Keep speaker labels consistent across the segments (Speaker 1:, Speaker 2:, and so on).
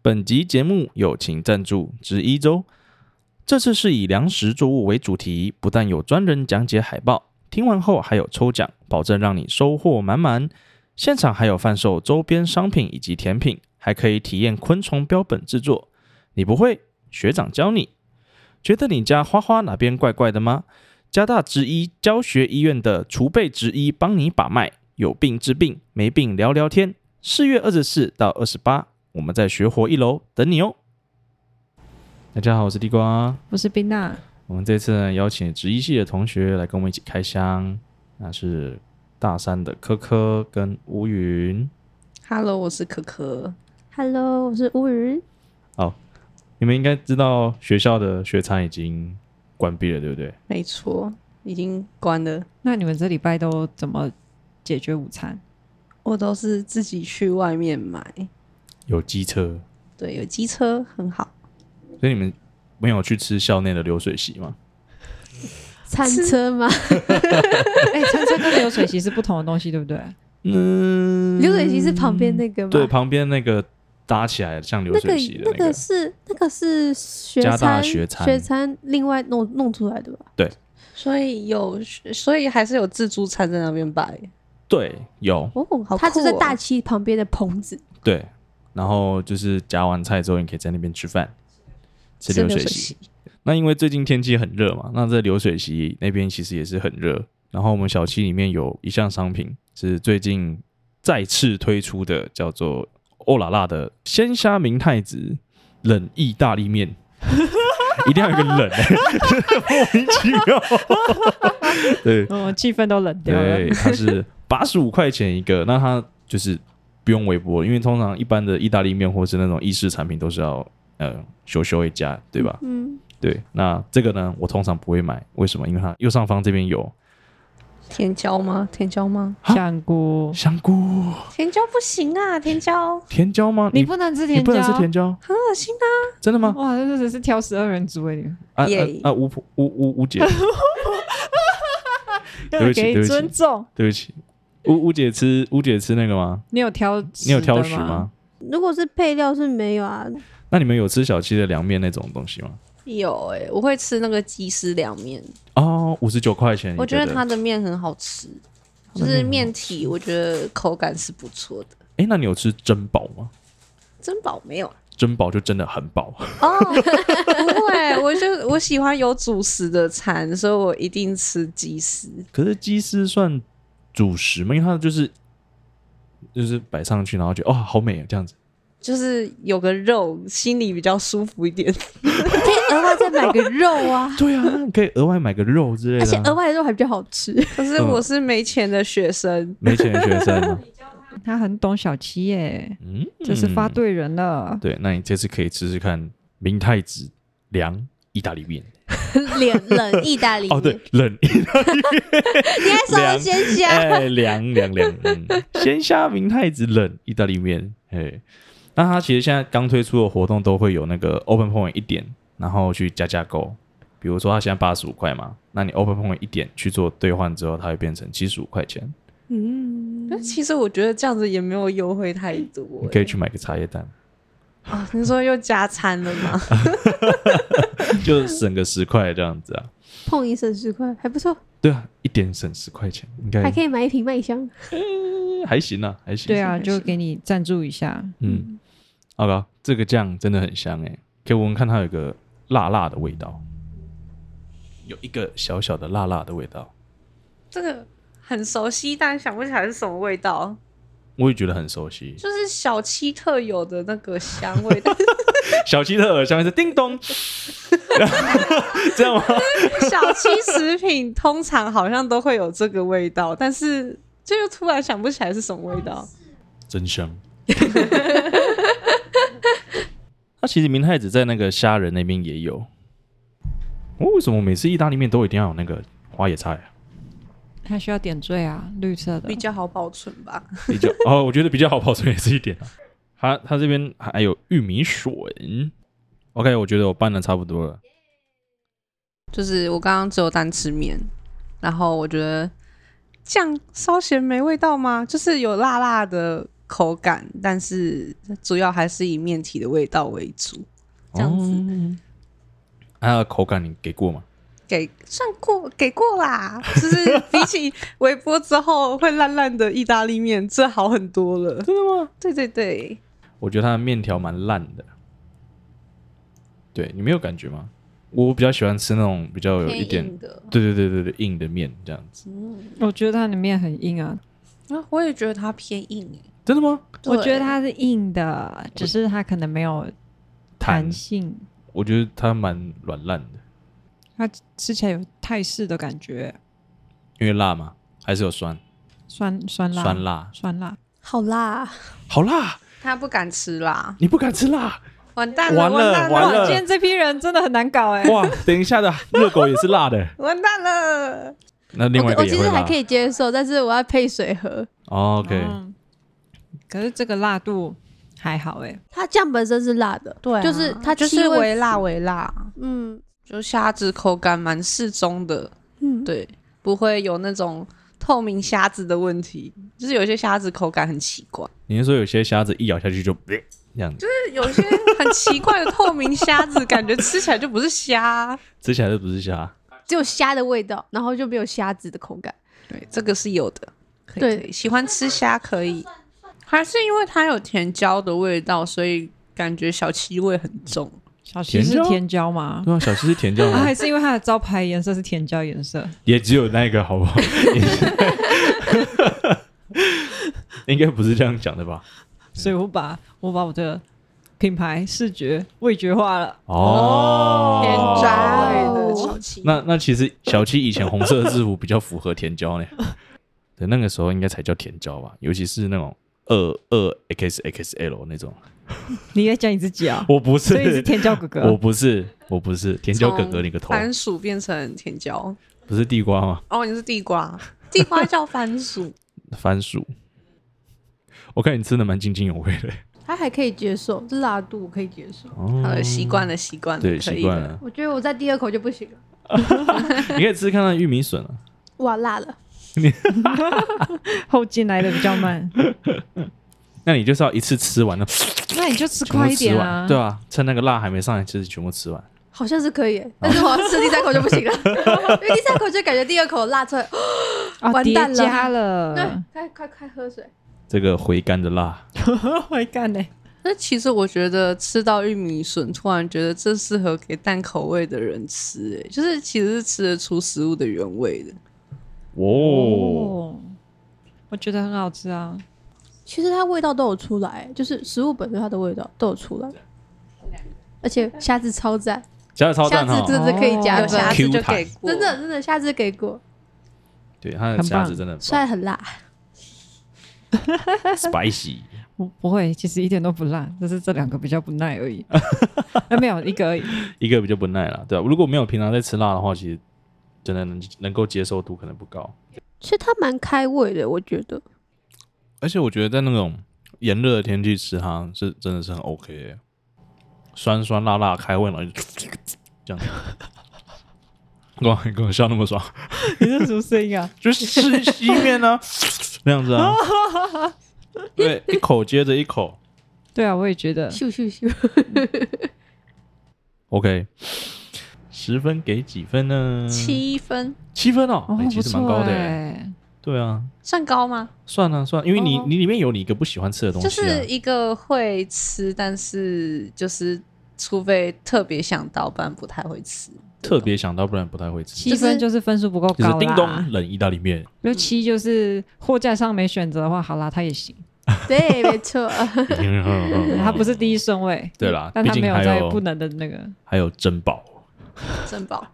Speaker 1: 本集节目友情赞助之一周，这次是以粮食作物为主题，不但有专人讲解海报，听完后还有抽奖，保证让你收获满满。现场还有贩售周边商品以及甜品，还可以体验昆虫标本制作。你不会，学长教你。觉得你家花花哪边怪怪的吗？加大之一教学医院的储备之一帮你把脉，有病治病，没病聊聊天。四月二十四到二十八，我们在学活一楼等你哦。大家好，我是地瓜。
Speaker 2: 我是冰娜，
Speaker 1: 我们这次呢邀请职一系的同学来跟我们一起开箱，那是大三的科科跟乌云。
Speaker 2: ，Hello，我是可可。
Speaker 3: Hello，我是乌云。
Speaker 1: 你们应该知道学校的学餐已经关闭了，对不对？
Speaker 3: 没错，已经关了。
Speaker 2: 那你们这礼拜都怎么解决午餐？
Speaker 3: 我都是自己去外面买。
Speaker 1: 有机车，
Speaker 3: 对，有机车很好。
Speaker 1: 所以你们没有去吃校内的流水席吗？
Speaker 4: 餐车吗？
Speaker 2: 哎、餐车跟流水席是不同的东西，对不对？
Speaker 1: 嗯，
Speaker 4: 流水席是旁边那个吗？
Speaker 1: 对，旁边那个搭起来像流
Speaker 4: 那
Speaker 1: 水席的
Speaker 4: 那个是那个是学
Speaker 1: 加大
Speaker 4: 餐
Speaker 1: 学餐
Speaker 4: 另外弄弄出来的吧？
Speaker 3: 所以有，所以还是有自助餐在那边摆。
Speaker 1: 对，有
Speaker 4: 哦，
Speaker 3: 好
Speaker 4: 它就在
Speaker 3: 酷哦
Speaker 4: 大七旁边的棚子，
Speaker 1: 对，然后就是夹完菜之后，你可以在那边吃饭，吃流水席。那因为最近天气很热嘛，那在流水席那边其实也是很热。然后我们小七里面有一项商品是最近再次推出的，叫做欧拉拉的鲜虾明太子冷意大利 面，一定要有个冷、欸， 莫名其 妙。对，
Speaker 2: 嗯，气氛都冷掉了
Speaker 1: 对，。它是八十五 块钱一个，那它就是不用微波，因为通常一般的意大利面或是那种意式产品都是要呃修修一家，对吧？
Speaker 4: 嗯，
Speaker 1: 对，那这个呢，我通常不会买，为什么？因为它右上方这边有
Speaker 3: 甜椒吗？甜椒吗？
Speaker 1: 啊
Speaker 2: 香菇，
Speaker 1: 香菇、
Speaker 3: 甜椒不行啊，甜椒
Speaker 1: 甜椒吗？
Speaker 2: 你
Speaker 1: 你
Speaker 2: 不能吃
Speaker 1: 你
Speaker 2: 甜
Speaker 1: 不
Speaker 2: 椒，
Speaker 1: 能吃甜椒，
Speaker 3: 很恶心啊。
Speaker 1: 真的吗？
Speaker 2: 哇，这只是挑十二人组哎，你
Speaker 1: 啊啊
Speaker 3: 耶
Speaker 1: 啊！吴普吴吴吴姐，对不起
Speaker 2: 给
Speaker 1: 对不起
Speaker 2: 尊重。
Speaker 1: 对不起，吴吴姐吃吴姐吃那个吗？
Speaker 2: 你有挑，
Speaker 1: 你有挑食
Speaker 2: 食？
Speaker 1: 吗？
Speaker 4: 如果是配料是没有啊，
Speaker 1: 那你们有吃小七的凉面那种东西吗？
Speaker 3: 有哎、我会吃那个鸡丝凉面，
Speaker 1: 哦，五十九块钱，
Speaker 3: 我
Speaker 1: 你
Speaker 3: 觉
Speaker 1: 觉
Speaker 3: 得它的面很好吃，就是面体，我觉得口感是不错的。
Speaker 1: 哎，那你有吃珍宝吗？
Speaker 3: 珍宝没有啊
Speaker 1: 珍宝就真的很饱，
Speaker 3: 哦，不会，我就我喜欢有主食的餐，所以我一定吃鸡丝。
Speaker 1: 可是鸡丝算主食吗？因为它就是就是摆上去，然后觉得哦好美啊这样子。，
Speaker 3: 就是有个肉，心里比较舒服一 点。
Speaker 4: 可以额外再买个肉啊
Speaker 1: 对啊，那你可以额外买个肉之类
Speaker 4: 而且
Speaker 1: 的、
Speaker 4: 额
Speaker 1: 啊。
Speaker 4: 外的肉还比较好吃。
Speaker 3: 可是
Speaker 1: 嗯
Speaker 3: 我是没钱的学生，
Speaker 1: 没钱的学生 啊，
Speaker 2: 他很懂小七耶，
Speaker 1: 嗯，
Speaker 2: 这是发对人了。
Speaker 1: 对，那你这次可以试试看明太子凉意大利面。
Speaker 4: 冷冷意大利
Speaker 1: 哦，
Speaker 4: 面，
Speaker 1: 对，冷
Speaker 4: 你还少了鲜虾，
Speaker 1: 哎凉凉凉，嗯 鲜虾明太子冷意大利面。哎，那它其实现在刚推出的活动都会有那个 Open Point 一点，然后去加价购。比如说它现在八十五块嘛，那你 Open Point 一点去做兑换之后，它会变成七十五块钱。
Speaker 4: 嗯，
Speaker 3: 但其实我觉得这样子也没有优惠太多、欸
Speaker 1: 你可以去买个茶叶蛋，
Speaker 3: 啊，你说又加餐了 吗？
Speaker 1: 就省个十块这样子啊。
Speaker 4: 碰一省十块，还不错，
Speaker 1: 对啊，一点省十块钱，应该
Speaker 4: 还可以买一瓶麦香。
Speaker 1: 还行啊，还行。
Speaker 2: 对啊，
Speaker 3: 是是
Speaker 2: 就给你赞助一下。
Speaker 1: 嗯，好了，这个酱真的很香哎、可以闻闻看它有一个辣辣的味道，有一个小小的辣辣的味道，
Speaker 3: 这个很熟悉，但想不起来是什么味道，
Speaker 1: 我也觉得很熟悉。
Speaker 3: 就是小七特有的那个香味。但
Speaker 1: 小七的耳香是叮咚， 这样吗？
Speaker 3: 是 小七食品通常好像都会有这个味道，但是就又突然想不起来是什么味道。
Speaker 1: 真 香。那其实明太子在那个虾仁那边也有。哦、为什么每次意大利面都一定要有那个花野菜啊？
Speaker 2: 它需要点缀啊，绿色的
Speaker 3: 比。较好保存吧，
Speaker 1: 比 较哦，我觉得比较好保存也是一点、啊。它它这边还有玉米笋，OK，我觉得我拌的差不多了。
Speaker 3: 就是我刚刚只有单吃面，然后我觉得酱稍咸没味道吗？就是有辣辣的口感，但是主要还是以面体的味道为主。这样子
Speaker 1: 哦它的口感你给过吗？
Speaker 3: 给算过给过啦，就是比起微波之后会烂烂的意大利面，这好很多了。
Speaker 1: 真的吗？
Speaker 3: 对对对，
Speaker 1: 我觉得它的面条蛮烂的。对你没有感觉吗？我比较喜欢吃那种比较有一点，
Speaker 4: 的，
Speaker 1: 对对对对对硬的面这样子。
Speaker 2: 我觉得它里面很硬啊，
Speaker 3: 啊，我也觉得它偏硬诶、
Speaker 1: 真的吗？
Speaker 2: 我觉得它是硬的，只是它可能没有
Speaker 1: 弹
Speaker 2: 弹，性，
Speaker 1: 我觉得它蛮软烂的，
Speaker 2: 它吃起来有泰式的感觉，
Speaker 1: 因为辣嘛，还是有酸
Speaker 2: 酸酸辣
Speaker 1: 酸辣，
Speaker 2: 酸辣，
Speaker 4: 好辣，
Speaker 1: 好辣！
Speaker 3: 他不敢吃啦，
Speaker 1: 你不敢吃辣
Speaker 3: 完蛋
Speaker 1: 完
Speaker 3: 了，
Speaker 1: 了
Speaker 3: 蛋
Speaker 1: 完了
Speaker 2: 哇，今天这批人真的很难搞哎、
Speaker 1: 哇！等一下的热狗也是辣的，
Speaker 3: 完蛋了！
Speaker 1: 那另外一
Speaker 4: 我
Speaker 1: 个
Speaker 4: 我其
Speaker 1: 也
Speaker 4: 实
Speaker 1: 会
Speaker 4: 还
Speaker 1: 辣
Speaker 4: 可。以接受，但是我要配水喝。
Speaker 1: 哦 OK，
Speaker 2: 嗯可是这个辣度还好哎、
Speaker 4: 它酱本身是辣的，
Speaker 3: 对啊、
Speaker 4: 就是它
Speaker 3: 就是
Speaker 4: 气味
Speaker 3: 微辣微辣，
Speaker 4: 嗯
Speaker 3: 就虾子口感蛮适中的，
Speaker 4: 嗯，
Speaker 3: 对，不会有那种透明虾子的问题。就是有些虾子口感很奇怪，
Speaker 1: 你是说有些虾子一咬下去就这样子，
Speaker 3: 就是有些很奇怪的透明虾子，感觉吃起来就不是虾啊、
Speaker 1: 吃起来就不是虾？
Speaker 4: 只有虾的味道，然后就没有虾子的口感。
Speaker 3: 对，这个是有的。可以
Speaker 4: 对
Speaker 3: 可以喜欢吃虾可以，还是因为它有甜椒的味道，所以感觉小七味很重。
Speaker 2: 小西
Speaker 1: 甜
Speaker 2: 是
Speaker 1: 椒
Speaker 2: 甜椒吗？
Speaker 1: 对啊，嗯小七是甜椒
Speaker 2: 啊，
Speaker 1: 吗
Speaker 2: 还？是因为它的招牌颜色是甜椒颜色？
Speaker 1: 也只有那个，好不好？应该不是这样讲的吧？
Speaker 2: 所以我把我把我的品牌视觉味觉化了。
Speaker 1: 哦，
Speaker 3: 甜椒味的
Speaker 4: 哦
Speaker 3: 小七，
Speaker 1: 那那其实小七以前红色的制服比较符合甜椒呢，对，那个时候应该才叫甜椒吧，尤其是那种二二 x x l 那种。
Speaker 2: 你在讲你自 己啊？
Speaker 1: 我不
Speaker 2: 所以是
Speaker 1: 是，
Speaker 2: 甜椒哥哥。
Speaker 1: 我不是，我不是甜椒哥哥，你个头，
Speaker 3: 番薯变成甜椒，
Speaker 1: 不是地瓜吗？
Speaker 3: 哦，你是地瓜，地瓜叫番薯，
Speaker 1: 番薯。我看你吃的蛮津津有味的
Speaker 4: 它还可以接受，这辣度我可以接受。
Speaker 1: 哦
Speaker 3: 好了，呃习惯了，习惯了，
Speaker 1: 对，
Speaker 3: 可
Speaker 1: 习
Speaker 3: 以
Speaker 1: 惯
Speaker 3: 的。
Speaker 1: 了。
Speaker 4: 我觉得我在第二口就不行了，
Speaker 1: 你可以吃看看玉米笋啊，
Speaker 4: 哇，辣了！
Speaker 2: 后进来的比较慢，
Speaker 1: 那你就是要一次吃完了，
Speaker 2: 那你就吃
Speaker 1: 全部
Speaker 2: 快一
Speaker 1: 吃
Speaker 2: 点
Speaker 1: 完，
Speaker 2: 啊。
Speaker 1: 对啊，趁那个辣还没上来，就是全部吃完。
Speaker 4: 好像是可以耶，
Speaker 1: 哦
Speaker 4: 但是我要吃第三口就不 行了，因为第三口就感觉第二口辣出来。
Speaker 2: 啊，
Speaker 4: 完
Speaker 2: 叠
Speaker 4: 蛋了
Speaker 2: 加
Speaker 4: 对
Speaker 1: 嗯
Speaker 2: 了，，
Speaker 4: 快快快喝水！
Speaker 1: 这个回甘的辣，
Speaker 2: 会干欸呢。
Speaker 3: 那其实我觉得吃到玉米笋，突然觉得这适合给淡口味的人吃、欸，就是其实是吃得出食物的原味的。
Speaker 1: 哦，，
Speaker 2: 我觉得很好吃啊。
Speaker 4: 其实它味道都有出来，就是食物本身它的味道都有出来，而且虾子超赞，
Speaker 1: 加了超
Speaker 4: 虾
Speaker 1: 赞哈
Speaker 4: 子，真的可以加
Speaker 2: 哦
Speaker 3: 有
Speaker 4: 分，
Speaker 3: 虾子
Speaker 1: Q
Speaker 3: 就
Speaker 1: 弹
Speaker 3: 给过，
Speaker 4: 真的真的虾子给过，
Speaker 1: 对，它的
Speaker 2: 很
Speaker 1: 虾
Speaker 2: 棒
Speaker 1: 子真的很
Speaker 4: 虽然很辣，
Speaker 1: 棒 spicy，
Speaker 2: 不不会，其实一点都不辣，只是这两个比较不耐而 已。啊，没有一个而已。
Speaker 1: 一个比较不耐了，对啊，如果没有平常在吃辣的话，其实真的能能够接受度可能不高。
Speaker 4: 其实它蛮开胃的，我觉得。
Speaker 1: 而且我觉得在那种炎热的天气吃它是真的是很 OK，的酸酸辣辣开胃，然后就 这样子。哇，你跟我笑那么爽，
Speaker 2: 你这是什么声音啊？
Speaker 1: 就是吃西面呢、 那样子啊，对，一口接着一口。
Speaker 2: 对啊，我也觉得
Speaker 4: 咻咻 咻！
Speaker 1: OK，十分给几分呢？
Speaker 3: 七
Speaker 4: 嗯
Speaker 3: 分
Speaker 1: 七分哦，
Speaker 2: 哦
Speaker 1: 哎，其
Speaker 2: 不
Speaker 1: 实蛮
Speaker 2: 错
Speaker 1: 高的耶。
Speaker 2: 哎。
Speaker 1: 对啊，
Speaker 3: 算高吗？
Speaker 1: 算了算了，啊因为你
Speaker 4: 哦
Speaker 1: 你里面有你一个不喜欢吃的东西
Speaker 3: 就
Speaker 1: 啊，
Speaker 3: 是一个会吃，但是就是除非特别想到，不然不太会吃。
Speaker 1: 特别想到，不然不太会吃。
Speaker 2: 七分就是分数不够
Speaker 1: 就是
Speaker 2: 高啊
Speaker 1: 叮
Speaker 2: 啦
Speaker 1: 咚，冷意大利 面，
Speaker 2: 就七就是货架上没选择的话，好啦，它也行，
Speaker 4: 对，没 错，
Speaker 1: 嗯
Speaker 2: 它不是第一顺位，
Speaker 1: 对啦
Speaker 2: 但它
Speaker 1: 毕竟
Speaker 2: 没有
Speaker 1: 还
Speaker 2: 在
Speaker 1: 有
Speaker 2: 不能的那个，
Speaker 1: 还有珍宝，
Speaker 3: 珍宝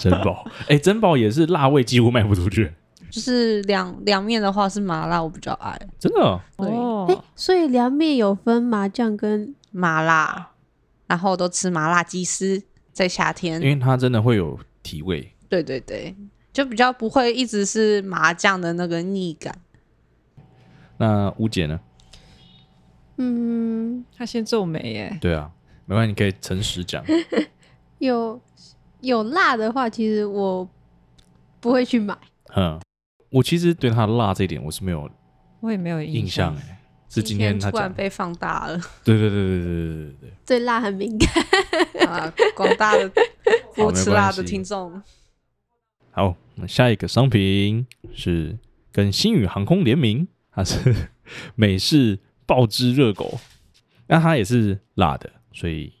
Speaker 1: 珍宝，哎，珍宝也是辣味几乎卖不出去，
Speaker 3: 就是两两面的话是麻辣，我比较爱
Speaker 1: 真的哦
Speaker 3: 对
Speaker 4: 哎、
Speaker 2: 哦，
Speaker 4: 所以凉面有分麻酱跟
Speaker 3: 麻辣，然后都吃麻辣鸡丝，在夏天
Speaker 1: 因。为它真的会有体味。
Speaker 3: 对对对，就比较不会一直是麻酱的那个腻感。
Speaker 1: 那乌姐呢？
Speaker 4: 嗯
Speaker 2: 它先皱眉耶，
Speaker 1: 对啊，没关系，你可以诚实讲。
Speaker 4: 有有辣的话，其实我不会去买。
Speaker 1: 嗯，我其实对它辣这一点我是没有
Speaker 2: 我也没有
Speaker 1: 印
Speaker 2: 印
Speaker 1: 象
Speaker 2: 象，
Speaker 1: 哎，是今天他
Speaker 3: 突然
Speaker 1: 讲，
Speaker 3: 被放大了
Speaker 1: 对对对对对对对对
Speaker 4: 对辣很敏感。
Speaker 3: 啊！广大的
Speaker 1: 好
Speaker 3: 不
Speaker 1: 没
Speaker 3: 吃
Speaker 1: 关
Speaker 3: 辣的
Speaker 1: 系
Speaker 3: 听众，
Speaker 1: 好，那下一个商品是跟星宇航空联名，它是 美式爆汁热狗，那它也是辣的，所以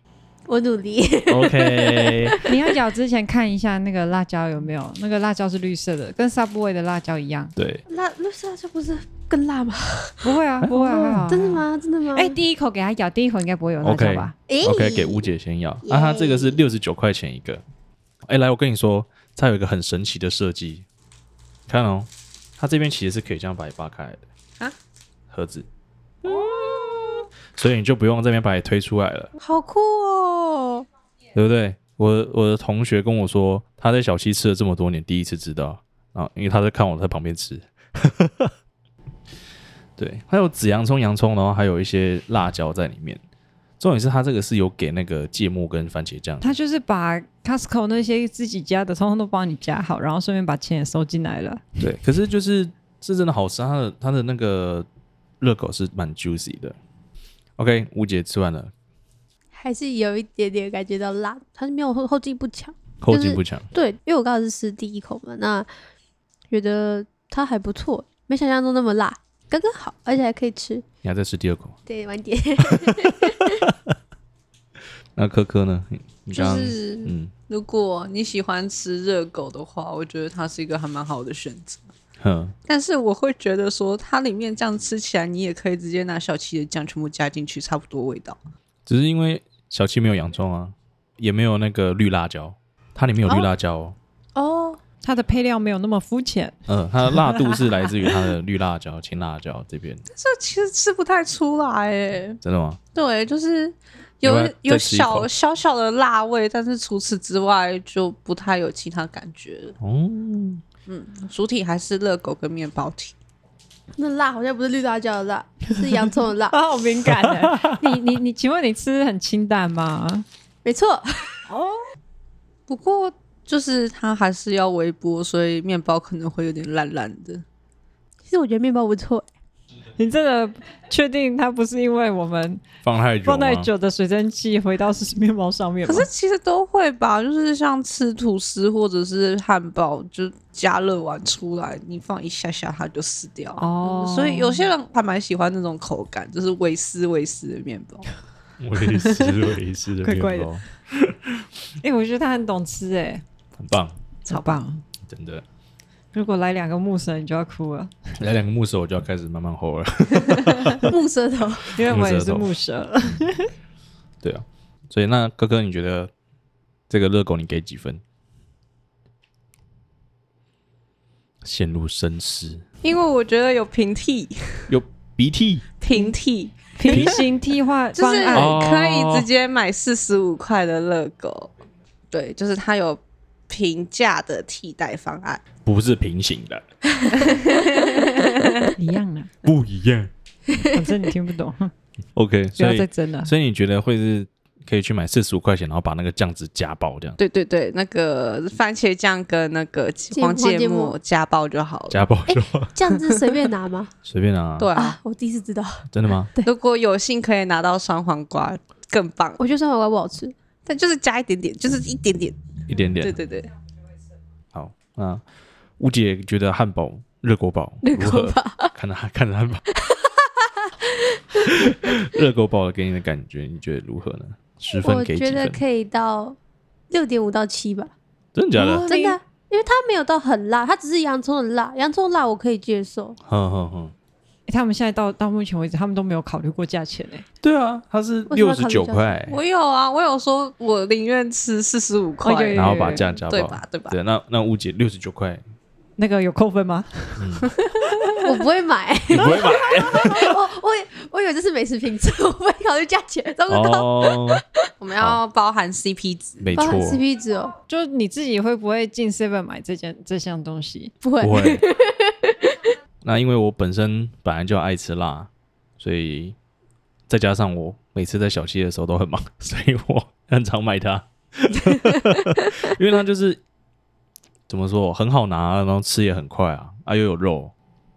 Speaker 4: 我努力，
Speaker 1: OK
Speaker 2: 你要咬之前看一下那个辣椒有没有，那个辣椒是绿色的，跟 Subway 的辣椒一样。
Speaker 1: 对，
Speaker 4: 辣绿色辣椒不是更辣吗？
Speaker 2: 不会啊，不会啊，还好
Speaker 4: 哦真的？吗？真的吗？
Speaker 2: 还好哎，第一口给它咬，第一口应该不会有辣椒吧？
Speaker 4: 诶
Speaker 1: OK，给吴姐先要。啊，它这个是六十九块钱一个。哎、来，我跟你说，它有一个很神奇的设计，看哦，它这边其实是可以这样把你扒开来的
Speaker 3: 啊，
Speaker 1: 盒子，所以你就不用这边把你推出来了，
Speaker 4: 好酷哦！
Speaker 1: 对不对？我我的同学跟我说，他在小七吃了这么多年，第一次知道啊，因为他在看我在旁边吃。 对，还有紫洋葱、洋葱，然后还有一些辣椒在里面。重点是它这个是有给那个芥末跟番茄酱的，
Speaker 2: 他就是把 Costco 那些自己加的，通通都帮你加好，然后顺便把钱也收进来了。
Speaker 1: 对，可是就是是真的好吃，它的它的那个热狗是蛮 juicy 的。OK，吴姐吃完了，
Speaker 4: 还是有一点点感觉到辣，它是没有后后劲不强。
Speaker 1: 后劲不强，
Speaker 4: 对，因为我刚好是吃第一口嘛，那觉得它还不错，没想象中那么辣，刚刚好，而且还可以吃。
Speaker 1: 你还在吃第二口。
Speaker 4: 对，晚点 那
Speaker 1: 那科科呢？你你
Speaker 3: 就
Speaker 1: 刚刚、
Speaker 3: 是
Speaker 1: 嗯
Speaker 3: 如果你喜欢吃热狗的话，我觉得它是一个还蛮好的选择。
Speaker 1: 哼，
Speaker 3: 但是我会觉得说，它里面这样吃起来，你也可以直接拿小七的酱全部加进去，差不多味道。
Speaker 1: 只是因为小七没有洋葱啊，也没有那个绿辣椒，它里面有绿辣椒、哦。
Speaker 4: 哦，
Speaker 2: 它的配料没有那么肤浅，
Speaker 1: 嗯，它的辣度是来自于它的绿辣椒、青辣椒这边，
Speaker 3: 这其实吃不太出来诶。
Speaker 1: 真的吗？
Speaker 3: 对，就是
Speaker 1: 要
Speaker 3: 有
Speaker 1: 不要再
Speaker 3: 有
Speaker 1: 吃一口
Speaker 3: 小小小的辣味，但是除此之外就不太有其他感觉了。
Speaker 1: 哦，
Speaker 3: 主体还是热狗跟面包体。
Speaker 4: 那辣好像不是绿辣椒的辣，是洋葱 的辣，
Speaker 2: 啊， 好敏感欸的。 你你你，请问你吃很清淡吗？
Speaker 4: 没错。
Speaker 3: 不过就是它还是要微波，所以面包可能会有点烂烂的。
Speaker 4: 其实我觉得面包不错，
Speaker 2: 你真的确定它不是因为我们
Speaker 1: 放太久，
Speaker 2: 放太，久的水蒸气回到是面包上面吗
Speaker 3: 可？是其实都会吧，就是像吃吐司或者是汉堡，就加热完出来，你放一下下它就死掉。
Speaker 2: 哦
Speaker 3: 所以有些人还蛮喜欢那种口感，就是微丝微丝的面包。
Speaker 1: 我也是，我也是
Speaker 2: 怪
Speaker 1: 的
Speaker 2: 怪
Speaker 1: 面
Speaker 2: 的
Speaker 1: 包，
Speaker 2: 哎、我觉得他很懂吃、哎，
Speaker 1: 很棒，
Speaker 2: 超棒！
Speaker 1: 真的。
Speaker 2: 如果来两个木神，你就要哭了，
Speaker 1: 来两个木手，我就要开始慢慢吼了。
Speaker 4: 木舌头。
Speaker 2: 因为我也是
Speaker 1: 木
Speaker 2: 木蛇。
Speaker 1: 对啊，所以那哥哥，你觉得这个热狗你给几分？陷入深思，
Speaker 3: 因为我觉得有平替，
Speaker 1: 有鼻涕，
Speaker 3: 平替
Speaker 2: 平行替换
Speaker 3: 就
Speaker 2: 方
Speaker 3: 是
Speaker 2: 案，
Speaker 1: 哦
Speaker 3: 可以直接买四十五块的热狗，对，就是它有平价的替代方案。
Speaker 1: 不是平行的，
Speaker 2: 一样的，
Speaker 1: 哦不一样。
Speaker 2: 反正你听 不懂，
Speaker 1: OK，
Speaker 2: 不
Speaker 1: 所
Speaker 2: 要再
Speaker 1: 以
Speaker 2: 争了。
Speaker 1: 所以你觉得会是可以去买四十五块钱，然后把那个酱汁加爆这样，
Speaker 3: 对对对，那个番茄酱跟那个
Speaker 4: 芥
Speaker 3: 黄
Speaker 4: 黄芥
Speaker 3: 芥
Speaker 4: 末
Speaker 3: 末加爆就好了。
Speaker 1: 加爆就 好
Speaker 4: 酱汁随便 拿吗？
Speaker 1: 随便拿、
Speaker 3: 对啊
Speaker 4: 啊，，我第一次知道。
Speaker 1: 真的吗？
Speaker 3: 如果有幸可以拿到酸黄瓜，更棒。
Speaker 4: 我觉得酸黄瓜不好吃，
Speaker 3: 但就是加一点点，就是一点点。
Speaker 1: 一点
Speaker 3: 对
Speaker 1: 点。
Speaker 3: 对对，
Speaker 1: 好，那吴姐觉得汉堡热狗堡如何？ 看着看着汉堡，热狗堡给你的感觉，你觉得如何呢？十分
Speaker 4: 我
Speaker 1: 给几
Speaker 4: 觉得
Speaker 1: 分？
Speaker 4: 可以到六点五到七吧。
Speaker 1: 真的假
Speaker 2: 哦
Speaker 1: 的？
Speaker 4: 真的啊，因为它没有到很辣，它只是洋葱的辣，洋葱辣我可以接受。
Speaker 1: 哼哼哼，
Speaker 2: 欸他们现在到到目前为止，他们都没有考虑过价钱哎、
Speaker 1: 对啊，它是
Speaker 4: 为什么
Speaker 1: 六
Speaker 4: 要
Speaker 1: 十
Speaker 4: 考虑
Speaker 1: 九
Speaker 4: 价
Speaker 1: 块，
Speaker 3: 我有啊，我有说我宁愿吃四十五块，
Speaker 2: 哦有有有
Speaker 1: 然后把酱加
Speaker 3: 对
Speaker 1: 爆，
Speaker 3: 吧？对吧？
Speaker 1: 对，那那吴姐六十九块，
Speaker 2: 那个有扣分吗？
Speaker 4: 我不会买，
Speaker 1: 你不会买
Speaker 4: 我我以我以为这是美食评测，我不会考虑价钱，糟糕，
Speaker 1: 哦？
Speaker 3: 我们要包含 CP 值。
Speaker 1: 没
Speaker 4: 包
Speaker 1: 错，
Speaker 4: 含 CP 值哦，
Speaker 2: 就是你自己会不会进 Seven 买这件这项东西？
Speaker 4: 不会
Speaker 1: 不会。 那因为我本身本来就爱吃辣，所以再加上我每次在小七的时候都很忙，所以我很常买 它，因为它就是怎么说很好拿，然后吃也很快啊，啊又有肉，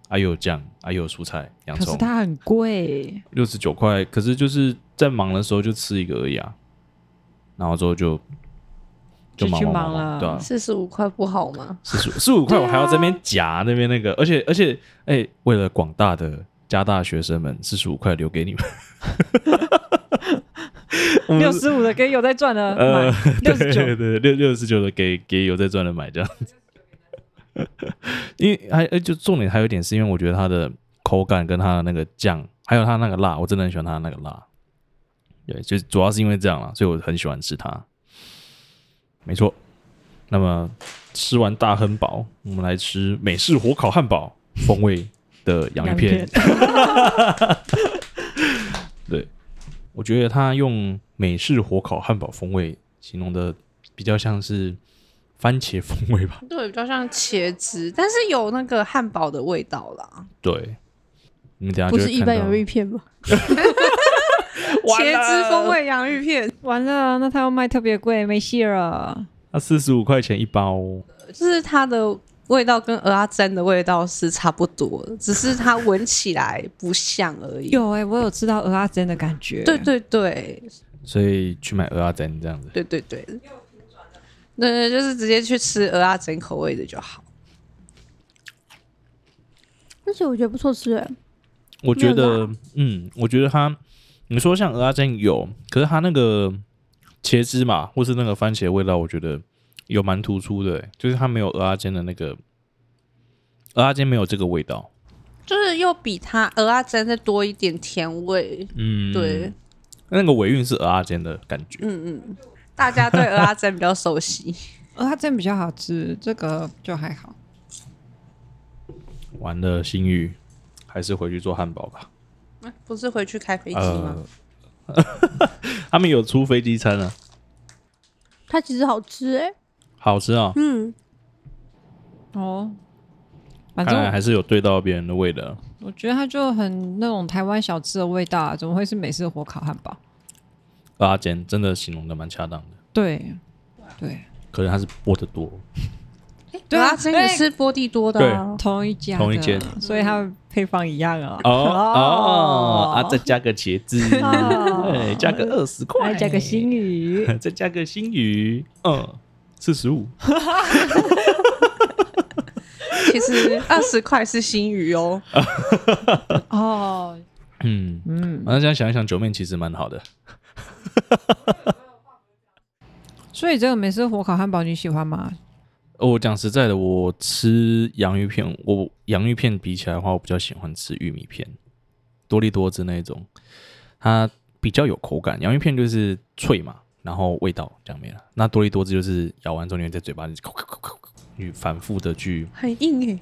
Speaker 1: 啊又有酱，啊又有蔬菜、洋
Speaker 2: 可是
Speaker 1: 葱，
Speaker 2: 它很贵，
Speaker 1: 六十九块。可是就是在忙的时候就吃一个而已啊，然后之后就就
Speaker 2: 就
Speaker 1: 忙
Speaker 2: 去
Speaker 1: 忙
Speaker 2: 忙
Speaker 1: 忙，
Speaker 2: 了
Speaker 1: 对啊，
Speaker 3: 四十五块不好吗？
Speaker 1: 四十四五块，
Speaker 2: 对
Speaker 1: 我
Speaker 2: 啊
Speaker 1: 还要这边夹那边那个，而且而且，哎、为了广大的加大学生们，四十五块留给你们。我们
Speaker 2: 六十五的跟有在赚的
Speaker 1: 嗯呃
Speaker 2: 买， 六十
Speaker 1: 对
Speaker 2: 九，
Speaker 1: 对六六十九的给给有在赚的买这样 子。因为还呃就重点还有一点是因为我觉得它的口感跟它的那个酱，还有它那个辣，我真的很喜欢它那个辣。对，就是主要是因为这样啦，所以我很喜欢吃它。没错。那么吃完大亨堡，我们来吃美式火烤汉堡风味的洋芋片。我觉得他用美式火烤汉堡风味形容的比较像是番茄风味吧。
Speaker 3: 对，比较像茄子，但是有那个汉堡的味道啦。
Speaker 1: 对，你们等一下
Speaker 4: 不
Speaker 1: 就是会
Speaker 4: 一
Speaker 1: 看
Speaker 4: 般
Speaker 1: 到
Speaker 4: 洋芋片吗？
Speaker 1: 完
Speaker 3: 茄
Speaker 1: 了
Speaker 3: 汁风味洋芋片，
Speaker 2: 完了，那它要卖特别贵，没戏了。
Speaker 1: 它四十五块钱一包哦，
Speaker 3: 就是它的味道跟鹅阿詹的味道是差不多的，只是它闻起来不像而已。
Speaker 2: 有哎、我有吃到鹅阿珍的感觉，
Speaker 3: 对对对
Speaker 1: 所以去买鹅阿珍这样子。
Speaker 3: 对对对，对对，就是直接去吃鹅阿珍口味的就好。
Speaker 4: 而且我觉得不错吃哎，
Speaker 1: 我觉
Speaker 4: 没有
Speaker 1: 得，嗯，我觉得它，你说像鹅阿珍有，可是它那个茄汁嘛，或是那个番茄味道，我觉得有蛮突出的欸，就是它没有鹅阿珍的那个，鹅阿珍没有这个味道。
Speaker 3: 就是又比它鹅阿珍再多一点甜味，
Speaker 1: 嗯，
Speaker 3: 对，，
Speaker 1: 那个尾韵是鹅阿珍的感觉。
Speaker 3: 嗯嗯，大家对鹅阿珍比较熟悉。
Speaker 2: 鹅阿珍比较好吃，这个就还好。
Speaker 1: 完了，新宇还是回去做汉堡吧。
Speaker 3: 不是回去开飞机吗？
Speaker 1: 呃， 他们有出飞机餐啊，
Speaker 4: 它其实好吃哎，
Speaker 1: 好吃啊、
Speaker 4: 嗯，
Speaker 2: 哦，反
Speaker 1: 看来
Speaker 2: 正
Speaker 1: 还是有对到别人的味的。
Speaker 2: 我我觉得它就很那种台湾小吃的味道、啊，怎么会是美式火烤汉堡？
Speaker 1: 阿坚真的形容的蛮恰当的，
Speaker 2: 对，对，
Speaker 1: 可能他是播的多，
Speaker 2: 对
Speaker 3: 鹅阿珍也
Speaker 2: 哎
Speaker 3: 是波地多的啊。
Speaker 2: 同一家的，
Speaker 1: 同一间
Speaker 2: 所以它配方一样啊。
Speaker 1: 哦哦啊，再加个茄子，
Speaker 2: 哦
Speaker 1: 哎，加个二十块，
Speaker 2: 来加个新，语，
Speaker 1: 再加个新鱼，嗯，四十五，
Speaker 3: 其实二十块是新鱼哦，
Speaker 2: 哦，
Speaker 1: 嗯，
Speaker 2: 嗯，
Speaker 1: 那这样想一想，九面其实蛮好的，
Speaker 2: 哎所以这个美式火烤汉堡你喜欢吗？
Speaker 1: 哦，我讲实在的，我吃洋芋片，我洋芋片比起来的话，我比较喜欢吃玉米片，多利多汁那一种，它比较有口感。洋芋片就是脆嘛，然后味道这样没了。那多利多汁就是咬完之后，你会在嘴巴里口口口口，去反复的去。
Speaker 3: 很硬诶、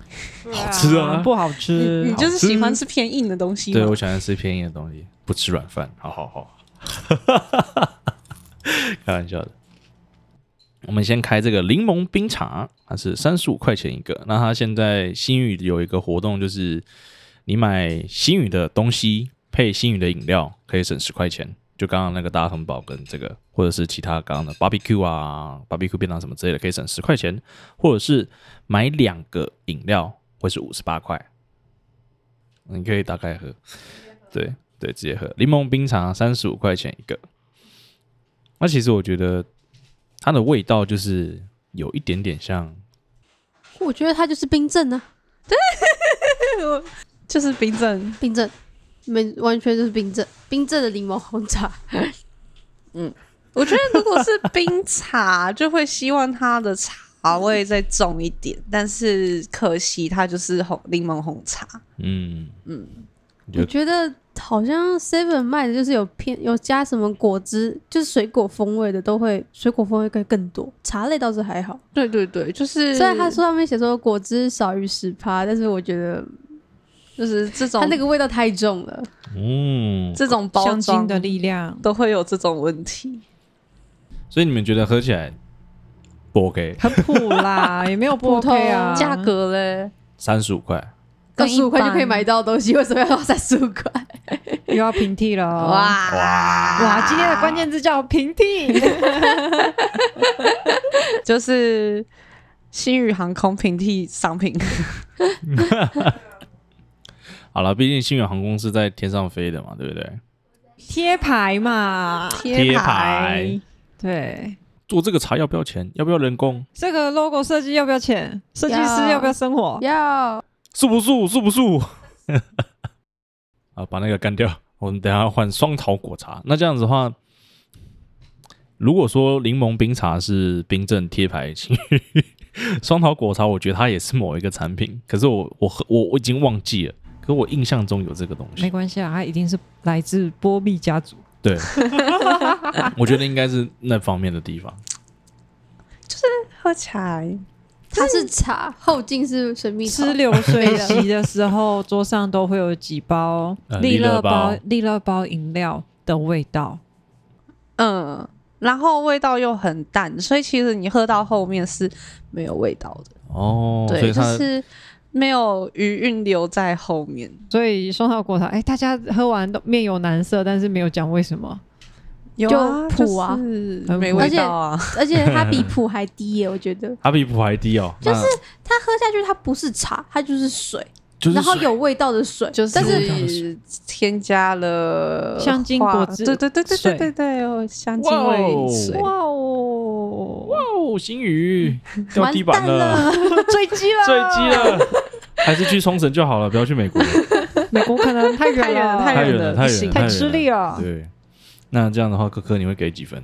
Speaker 1: 好吃啊
Speaker 2: 不好吃，
Speaker 3: 你就是喜欢吃偏硬的东西
Speaker 1: 对
Speaker 3: 吗
Speaker 1: 我？喜欢吃便宜的东西，不吃软饭。好好好， 开玩笑的。我们先开这个柠檬冰茶，它是三十五块钱一个。那它现在新宇有一个活动，就是你买新宇的东西配新宇的饮料，可以省十块钱。就刚刚那个大亨堡跟这个，或者是其他刚刚的 barbecue 啊、barbecue 便当什么之类的，可以省十块钱，或者是买两个饮料会是五十八块，你可以大概喝。对对，直接喝柠檬冰茶三十五块钱一个。那其实我觉得它的味道就是有一点点像，
Speaker 4: 我觉得它就是冰镇啊，
Speaker 3: 就是冰镇，
Speaker 4: 冰镇，没完全就是冰镇，冰镇的柠檬红茶。
Speaker 3: 我觉得如果是冰茶，就会希望它的茶味再重一点，但是可惜它就是红柠檬红茶。
Speaker 1: 嗯嗯，
Speaker 4: 我
Speaker 1: 就
Speaker 4: 觉得好像 Seven 卖的就是有偏有加什么果汁，就是水果风味的都会，水果风味更更多，茶类倒是还好。
Speaker 3: 对对对，就是
Speaker 4: 虽然它上面写说果汁少于十趴，但是我觉得
Speaker 3: 就是这种
Speaker 4: 它那个味道太重了。
Speaker 1: 嗯，
Speaker 3: 这种包
Speaker 2: 香
Speaker 3: 装
Speaker 2: 精的力量，
Speaker 3: 都会有这种问题。
Speaker 1: 所以你们觉得喝起来不 OK？
Speaker 2: 很普啦，也没有不 OK 啊，
Speaker 3: 价格嘞，
Speaker 1: 三十五块，
Speaker 4: 二
Speaker 3: 更一
Speaker 4: 十五块就可以
Speaker 3: 般
Speaker 4: 买到东西，为什么要花三十五 块？
Speaker 2: 又要平替了，
Speaker 3: 啊
Speaker 2: 哇
Speaker 3: 哇
Speaker 2: 哇，今天的关键字叫平替，
Speaker 3: 就是新宇航空平替商品，
Speaker 1: 好了，毕竟星远航空是在天上飞的嘛，对不对？
Speaker 2: 贴牌嘛，
Speaker 1: 贴牌，
Speaker 2: 对，
Speaker 1: 做这个茶要不要钱？要不要人工？
Speaker 2: 这个 logo 设计要不要钱？设计师
Speaker 4: 要
Speaker 2: 要不要生活？
Speaker 4: 要
Speaker 1: 素不素？素不素？ 啊，把那个干掉。我们等一下换双桃果茶。那这样子的话，如果说柠檬冰茶是冰镇贴牌情侣， 双桃果茶我觉得它也是某一个产品，可是我我喝我我已经忘记了，可我印象中有这个东
Speaker 2: 没
Speaker 1: 西。
Speaker 2: 关系啊，它一定是来自波密家族。
Speaker 1: 对，我觉得应该是那方面的地方。
Speaker 3: 喝起来
Speaker 4: 它是茶，后劲是神秘草
Speaker 2: 吃，流水席的时候，桌上都会有几包
Speaker 1: 呃
Speaker 2: 利
Speaker 1: 利
Speaker 2: 乐
Speaker 1: 乐
Speaker 2: 包
Speaker 1: 包、
Speaker 2: 利乐包饮料的味道。
Speaker 3: 嗯，然后味道又很淡，所以其实你喝到后面是没有味道的，
Speaker 1: 哦，所
Speaker 3: 对，
Speaker 1: 以
Speaker 3: 就
Speaker 1: 它
Speaker 3: 是没有余韵留在后面。
Speaker 2: 所以双桃果茶，哎，大家喝完都面有难色，但是没有讲为什么。
Speaker 3: 有
Speaker 4: 啊
Speaker 3: 就
Speaker 4: 苦啊
Speaker 3: 是
Speaker 2: 很
Speaker 3: 没
Speaker 2: 苦
Speaker 3: 味道啊，
Speaker 4: 而且它比普还低耶，我觉得
Speaker 1: 它比普还低哦，
Speaker 4: 就是
Speaker 1: 那
Speaker 4: 它喝下去它不是茶，它就是水，
Speaker 1: 就是
Speaker 4: 然后
Speaker 1: 水
Speaker 4: 有味道的水，
Speaker 3: 就
Speaker 4: 但是
Speaker 3: 是添加了
Speaker 2: 香精
Speaker 3: 花
Speaker 2: 果汁
Speaker 3: 对对对对
Speaker 2: 水
Speaker 3: 对对对，有香精
Speaker 1: 哇哦
Speaker 3: 味水。
Speaker 2: 哇哦，
Speaker 1: 哦，星宇掉
Speaker 4: 完
Speaker 1: 地板
Speaker 4: 蛋了，
Speaker 2: 追击 了，
Speaker 1: 坠机了，还是去冲绳就好了，不要去美国，
Speaker 2: 美国可能 太远
Speaker 3: 太远了
Speaker 2: 了，啊
Speaker 3: 太
Speaker 1: 远
Speaker 3: 远
Speaker 1: 了，
Speaker 3: 了
Speaker 1: 太
Speaker 3: 不
Speaker 1: 远
Speaker 3: 行
Speaker 1: 了，
Speaker 2: 太吃力
Speaker 1: 了。
Speaker 2: 了，
Speaker 1: 对，那这样的话，科科你会给几分？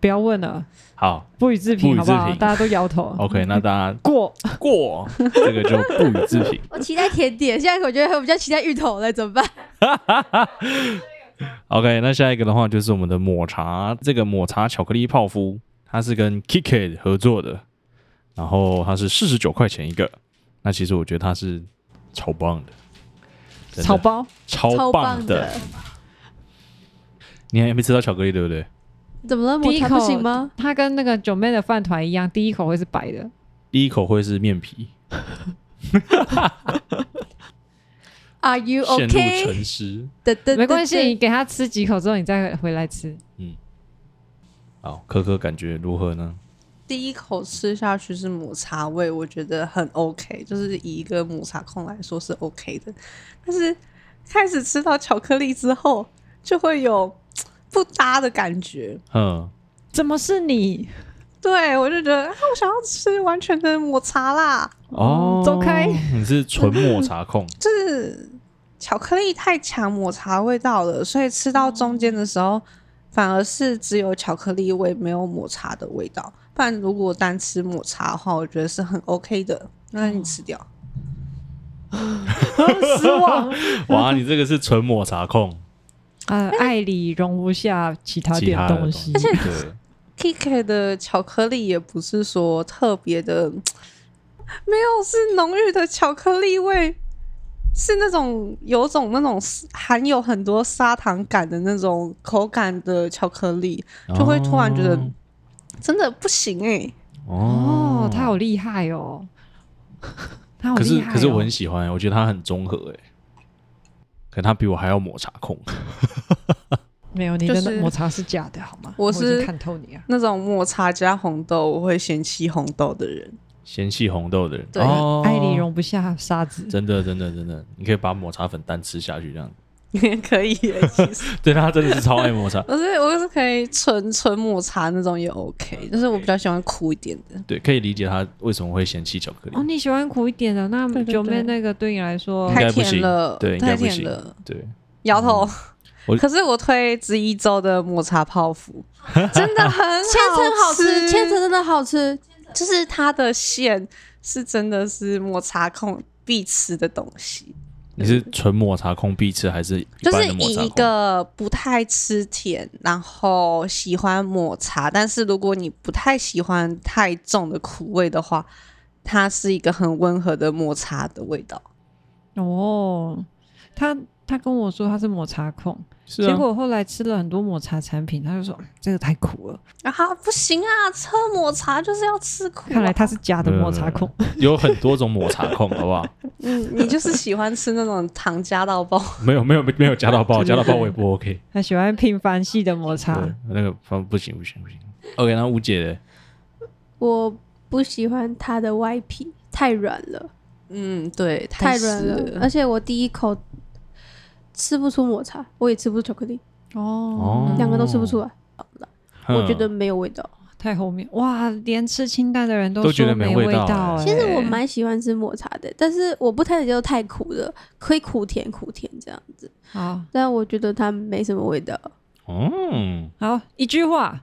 Speaker 2: 不要问了，
Speaker 1: 好
Speaker 2: 不予置
Speaker 1: 不
Speaker 2: 评，
Speaker 1: 予
Speaker 2: 好不
Speaker 1: 置
Speaker 2: 好？
Speaker 1: 评哦
Speaker 2: 大家都摇头。
Speaker 1: ，OK，那大家
Speaker 2: 过，
Speaker 1: 过这个就不予置评。
Speaker 4: 我期待甜点，现在我觉得我比较期待芋头了，怎么办？
Speaker 1: OK，那下一个的话就是我们的抹茶，这个抹茶巧克力泡芙，它是跟 KitKat 合作的，然后它是四十九块钱一个。那其实我觉得它是超棒的，真的
Speaker 2: 草包
Speaker 1: 超
Speaker 4: 棒
Speaker 1: 棒的。，你还没吃到巧克力对不对？
Speaker 4: 怎么了？
Speaker 2: 第
Speaker 4: 抹
Speaker 2: 一
Speaker 4: 茶
Speaker 2: 口
Speaker 4: 不行吗？？
Speaker 2: 它跟那个九妹的饭团一样，第一口会是白的，
Speaker 1: 第一口会是面皮，
Speaker 4: Are 啊 you
Speaker 1: 陷入
Speaker 4: OK？
Speaker 1: 沉思。
Speaker 4: 的的
Speaker 2: 没关系，你给它吃几口之后，你再回来吃。
Speaker 1: 好，科科感觉如何呢？
Speaker 3: 第一口吃下去是抹茶味，我觉得很 OK，就是以一个抹茶控来说是 OK 的。但是开始吃到巧克力之后，就会有不搭的感觉。
Speaker 1: 嗯，
Speaker 2: 怎么是 你？
Speaker 3: 对我就觉得啊，我想要吃完全的抹茶啦，
Speaker 1: 哦，
Speaker 2: 走开！
Speaker 1: 你是纯抹茶控，
Speaker 3: 就是巧克力太强抹茶味道了，所以吃到中间的时候，反而是只有巧克力味，没有抹茶的味道。不然如果单吃抹茶的话，我觉得是很 OK 的。那你吃掉。
Speaker 2: 失望。
Speaker 1: 哇，你这个是纯抹茶控，
Speaker 2: 呃，爱里容不下其他
Speaker 1: 其
Speaker 2: 点
Speaker 1: 他的
Speaker 2: 东西，
Speaker 1: 且
Speaker 3: KK 的巧克力也不是说特别的，没有是浓郁的巧克力味，是那种有种那种含有很多砂糖感的那种口感的巧克力，就会突然觉得真的不行哎、
Speaker 2: 哦
Speaker 1: 哦，，
Speaker 2: 他好厉害哦， 他好
Speaker 1: 可是
Speaker 2: 厉害哦。
Speaker 1: 可是我很喜欢，我觉得它很综合哎，可能它比我还要抹茶控，
Speaker 2: 没有你
Speaker 3: 就
Speaker 2: 的
Speaker 3: 是
Speaker 2: 抹茶是假的，好吗？
Speaker 3: 我
Speaker 2: 已经
Speaker 3: 是
Speaker 2: 看透你了。
Speaker 3: 那种抹茶加红豆，我会嫌弃红豆的人。
Speaker 1: 嫌弃红豆的人，
Speaker 3: 对
Speaker 1: 哦
Speaker 2: 爱里容不下沙子，
Speaker 1: 真的真的真的，你可以把抹茶粉单吃下去这样，
Speaker 3: 可以耶，其实
Speaker 1: 对他真的是超爱抹茶
Speaker 3: ，我是我是可以纯纯抹茶那种也 OK，就是我比较喜欢苦一点的。
Speaker 1: 对，可以理解他为什么会嫌弃巧克力
Speaker 2: 哦，，你喜欢苦一点的，那
Speaker 3: 对对
Speaker 2: 九妹
Speaker 3: 对
Speaker 2: 那个对你来说
Speaker 1: 应
Speaker 3: 太
Speaker 1: 该不行
Speaker 3: 甜了，
Speaker 1: 对应该
Speaker 3: 太
Speaker 1: 不
Speaker 3: 甜
Speaker 1: 行
Speaker 3: 了。
Speaker 1: 对，
Speaker 3: 摇头。
Speaker 1: 我
Speaker 3: 可是我推之一周的抹茶泡芙，真的很好
Speaker 4: 千层好吃，
Speaker 3: 吃，
Speaker 4: 千层真的好吃，
Speaker 3: 就是它的馅是真的是抹茶控必吃的东西，
Speaker 1: 你是纯抹茶控必吃还是一
Speaker 3: 就是
Speaker 1: 般的抹
Speaker 3: 以
Speaker 1: 茶
Speaker 3: 一
Speaker 1: 控？
Speaker 3: 个不太吃甜，然后喜欢抹茶，但是如果你不太喜欢太重的苦味的话，它是一个很温和的抹茶的味道。
Speaker 2: 哦，他他跟我说他是抹茶控，
Speaker 1: 是
Speaker 2: 结
Speaker 1: 啊，
Speaker 2: 果后来吃了很多抹茶产品，他就说嗯这个太苦了，
Speaker 3: 啊，不行啊，喝抹茶就是要吃苦、啊。
Speaker 2: 看来他是假的
Speaker 1: 没有
Speaker 2: 抹茶控。
Speaker 1: 有很多种抹茶控，好不 好？
Speaker 3: 嗯，你就是喜欢吃那种糖加到爆。
Speaker 1: 没有没有没有加到 爆，
Speaker 2: 真的
Speaker 1: 加到爆我也不 OK。
Speaker 2: 他喜欢平凡系的抹
Speaker 1: 对
Speaker 2: 茶，，
Speaker 4: 啊
Speaker 1: 那个方不行不行不行。OK，那吴姐嘞
Speaker 4: 我不喜欢它的外皮，太软了，
Speaker 3: 嗯，对，
Speaker 4: 太
Speaker 3: 湿
Speaker 4: 软了。而且我第一口吃不出抹茶，我也吃不出巧克力，
Speaker 2: 哦
Speaker 4: 两个都吃不出来。我觉得
Speaker 1: 哼
Speaker 4: 没有味道。
Speaker 2: 太后面哇，连吃清淡的人都
Speaker 1: 都觉得
Speaker 2: 说
Speaker 1: 没味
Speaker 2: 味
Speaker 1: 道
Speaker 2: 道、
Speaker 1: 哎
Speaker 2: 哎
Speaker 4: 其实我蛮喜欢吃抹茶的，但是我不太接受太苦的，可以苦甜苦甜这样子。
Speaker 2: 哎好
Speaker 4: 但我觉得它没什么味道。
Speaker 1: 嗯，
Speaker 2: 好一句话，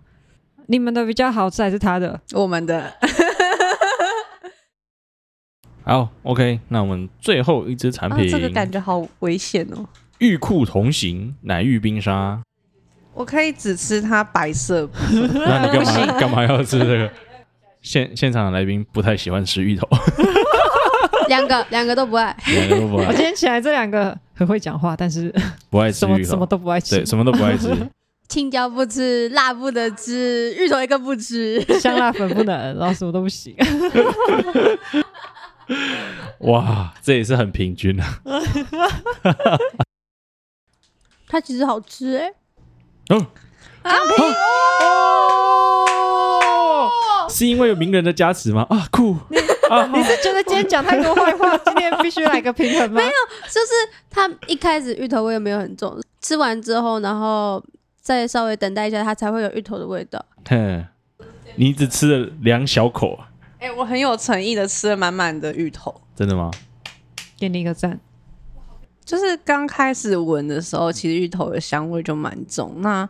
Speaker 2: 你们的比较好吃还是他的？
Speaker 3: 我们的
Speaker 1: 好，OK，那我们最后一支产
Speaker 3: 啊
Speaker 1: 品，，
Speaker 3: 这个感觉好危险哦。
Speaker 1: 玉库同行奶玉冰沙，
Speaker 3: 我可以只吃它白色，
Speaker 1: 那你干嘛干嘛要吃这个？ 现现场的来宾不太喜欢吃芋头，
Speaker 4: 两个两个都不爱，
Speaker 1: 两个都不
Speaker 2: 我
Speaker 1: 爱
Speaker 2: 今天起来这两个 很会讲话，但是
Speaker 1: 不爱吃
Speaker 2: 什么
Speaker 1: 芋
Speaker 2: 什么
Speaker 1: 头，
Speaker 2: 都不爱吃
Speaker 1: 对，，什么都不爱吃。
Speaker 4: 青椒不吃，辣不得吃，芋头也更不吃。
Speaker 2: 香辣粉不能，然后什么都不行。
Speaker 1: 哇，这也是很平均啊。
Speaker 4: 它其实好吃哎、
Speaker 1: 哦哦，是因为有名人的加持吗？啊，酷啊！
Speaker 2: 你是觉得今天讲太多坏话，今天必须来个平 衡吗？
Speaker 4: 就是它一开始芋头味没有很重，吃完之后，然后再稍微等待一下，它才会有芋头的味道。
Speaker 1: 哼，你只吃了两小口，啊
Speaker 3: 哎、我很有诚意的吃了满满的芋头。
Speaker 1: 真的吗？
Speaker 2: 给你一个赞。
Speaker 3: 就是刚开始闻的时候，其实芋头的香味就蛮重。那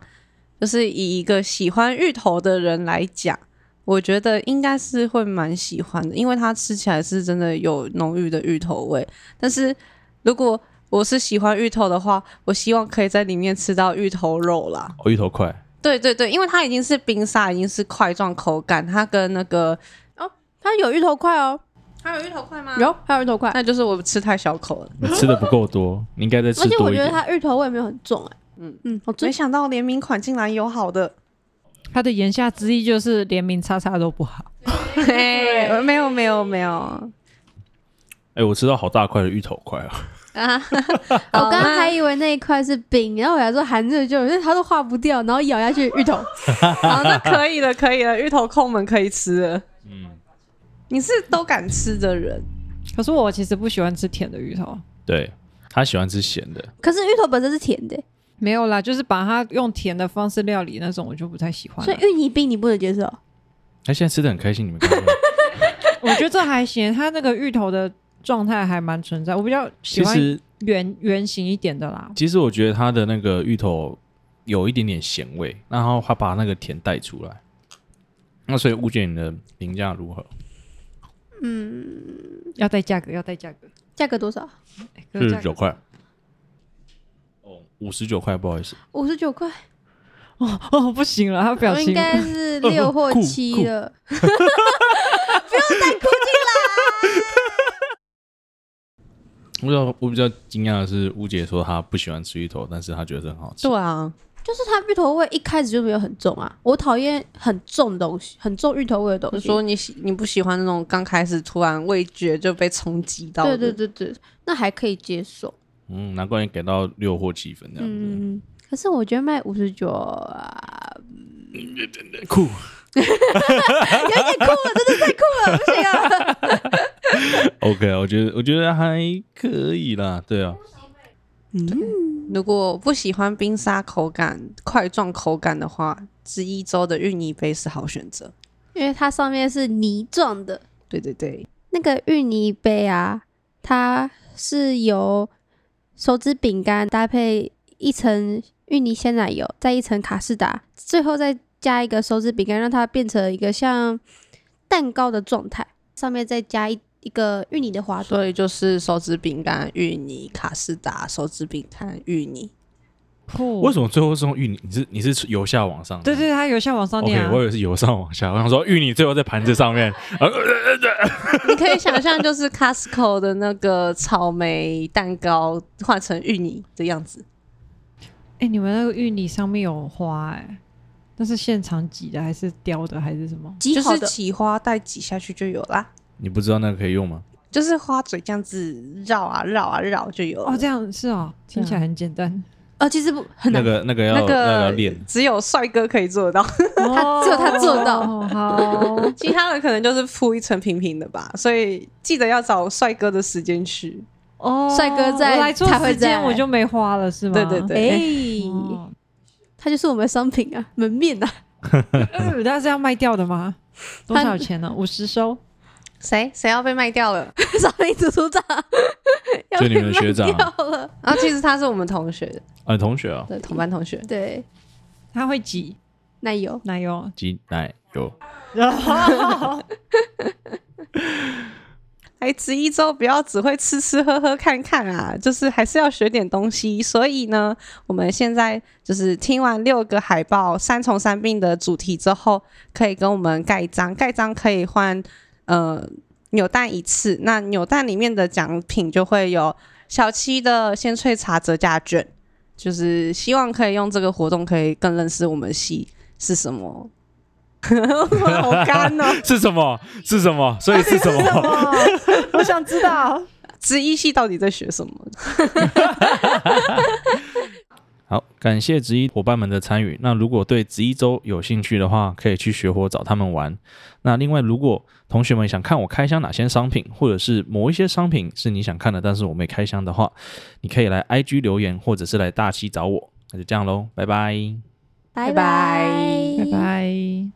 Speaker 3: 就是以一个喜欢芋头的人来讲，我觉得应该是会蛮喜欢的，因为它吃起来是真的有浓郁的芋头味。但是如果我是喜欢芋头的话，我希望可以在里面吃到芋头肉啦。
Speaker 1: 哦，芋头块，
Speaker 3: 对对对，因为它已经是冰沙，已经是块状口感，它跟那个
Speaker 4: 它有芋头块哦，
Speaker 3: 它有芋头块吗有，
Speaker 4: 有还有芋头块，
Speaker 3: 那就是我吃太小口了。
Speaker 1: 你吃的不够多， 你应该再
Speaker 4: 而
Speaker 1: 吃
Speaker 4: 且
Speaker 1: 多
Speaker 4: 我
Speaker 1: 一
Speaker 4: 觉得
Speaker 1: 点。
Speaker 4: 它芋头味没有很重哎、
Speaker 3: 嗯
Speaker 4: 嗯，好吃
Speaker 3: 没。想到联名款竟然有好的。
Speaker 2: 他的言下之意就是联名叉叉都不好。
Speaker 3: 嘿，没有没有 哦没有
Speaker 1: 哎，我吃到好大块的芋头块啊！
Speaker 3: 啊！
Speaker 4: 我刚刚还以为那一块是冰，然后我还说含着就有，但它都化不掉，然后咬下去芋头。
Speaker 3: 好，那可以了，可以了，芋头控们可以吃了。
Speaker 1: 嗯，
Speaker 3: 你是都敢吃的人，
Speaker 2: 可是我其实不喜欢吃甜的芋头，
Speaker 1: 对他喜欢吃咸的，
Speaker 4: 可是芋头本身是甜的、
Speaker 2: 没有啦，就是把它用甜的方式料理那种，我就不太喜欢
Speaker 4: 所
Speaker 2: 了
Speaker 4: 以。芋泥冰你不能接受。
Speaker 1: 他现在吃的很开心，你们看到吗
Speaker 2: 我觉得这还行，它那个芋头的状态还蛮存在。我比较喜
Speaker 1: 其
Speaker 2: 欢
Speaker 1: 实
Speaker 2: 圆圆形一点的啦。
Speaker 1: 其实我觉得它的那个芋头有一点点咸味，然后它把那个甜带出来。那所以吴姐你的评价如何？
Speaker 4: 嗯，
Speaker 2: 要带价格，要带价 格，
Speaker 4: 价格多少？
Speaker 2: 哎给我
Speaker 1: 四十
Speaker 2: 价格
Speaker 1: 九块。哦，五十九块，不好意思。
Speaker 4: 五十九块，
Speaker 2: 哦 哦，不行了，他表
Speaker 4: 应
Speaker 2: 情
Speaker 4: 该是六或
Speaker 1: 酷酷
Speaker 4: 七 了。
Speaker 1: 我比较我比较惊讶的是，吴姐说她不喜欢吃芋头，但是她觉得这很好吃。
Speaker 3: 啊，
Speaker 4: 就是它芋头味一开始就没有很重啊，我讨厌很重的东西，很重芋头味的
Speaker 3: 我
Speaker 4: 东西。
Speaker 3: 说你喜你不喜欢那种刚开始突然味觉就被冲击到
Speaker 4: 对
Speaker 3: 的，
Speaker 4: 对对对，那还可以接受。
Speaker 1: 嗯，难怪你给到六或七分这样 子。
Speaker 4: 嗯，可是我觉得卖五十九啊，
Speaker 1: 酷，
Speaker 4: 有点酷了，真的太酷了，不行啊！
Speaker 1: OK，我觉得我觉得还可以啦，对啊，
Speaker 3: 如果不喜欢冰沙口感、块状口感的话，吃一周的芋泥杯是好选择。
Speaker 4: 因为它上面是泥状的，
Speaker 3: 对对对，
Speaker 4: 那个芋泥杯啊，它是由手指饼干搭配一层芋泥鲜奶油，再一层卡士达，最后再加一个手指饼干，让它变成一个像蛋糕的状态，上面再加一一个芋泥的花朵。
Speaker 3: 所以就是手指饼干、芋泥、卡士达、手指饼干、芋泥。
Speaker 2: 酷。
Speaker 1: 为什么最后是用芋泥？你是你是由下往上？
Speaker 2: 哦对对，他有像往上念
Speaker 1: OK，
Speaker 2: 啊
Speaker 1: 我以为是由上往下，我想说芋泥最后在盘子上面，呃呃呃呃
Speaker 3: 你可以想象，就是 Costco 的那个草莓蛋糕换成芋泥的样子。
Speaker 2: 哎、你们那个芋泥上面有花哎、那是现场挤的还是雕的还是什么？
Speaker 4: 极
Speaker 3: 就
Speaker 4: 好
Speaker 3: 是
Speaker 4: 的，
Speaker 3: 挤花袋挤下去就有啦，
Speaker 1: 你不知道那个可以用吗？
Speaker 3: 就是花嘴这样子绕啊绕啊绕就有了。
Speaker 2: 哦，这样是哦，听起来很简单。
Speaker 4: 呃，其实不很
Speaker 1: 那
Speaker 4: 难，
Speaker 1: 个那个要
Speaker 3: 那个
Speaker 1: 要练，
Speaker 3: 只有帅哥可以做得到，
Speaker 2: 哦
Speaker 4: 只有他做到
Speaker 2: 好，
Speaker 3: 其他人可能就是铺一层平平的吧。所以记得要找帅哥的时间去。
Speaker 2: 哦，
Speaker 4: 帅哥在
Speaker 2: 我来做
Speaker 4: 才会
Speaker 2: 时间
Speaker 4: 在
Speaker 2: 我就没花了，是吗？
Speaker 3: 对对对
Speaker 4: 哎、
Speaker 2: 哦
Speaker 4: 它就是我们的商品啊，门面啊。
Speaker 2: 呃那是要卖掉的 吗？多少钱 呢？五十收。
Speaker 3: 谁谁要被卖掉了？
Speaker 4: 少林组组长，要
Speaker 1: 就你们的
Speaker 4: 被
Speaker 1: 学长啊
Speaker 4: 卖掉了，
Speaker 3: 然后其实他是我们同学，
Speaker 1: 啊，同学啊，
Speaker 3: 对，同班同 学。
Speaker 4: 对，
Speaker 2: 他会挤
Speaker 4: 奶油，
Speaker 2: 奶油，
Speaker 1: 鸡奶油，
Speaker 3: 来职一周不要只会吃吃喝喝看看啊，就是还是要学点东西。所以呢，我们现在就是听完六个海报三重三病的主题之后，可以跟我们盖章，盖章可以换呃扭蛋一次，那扭蛋里面的奖品就会有小七的鲜萃茶折价券，就是希望可以用这个活动可以更认识我们系是什么。 好干哦！
Speaker 1: 是什么？是什么？所以是什么？
Speaker 2: 我想知道。
Speaker 3: 职一系到底在学什么？
Speaker 1: 好，感谢职一伙伴们的参与。那如果对职一周有兴趣的话，可以去学火找他们玩。那另外，如果同学们想看我开箱哪些商品，或者是某一些商品是你想看的，但是我没开箱的话，你可以来 IG 留言，或者是来大七找我。那就这样喽，拜拜。
Speaker 4: 拜
Speaker 3: 拜
Speaker 2: 拜拜。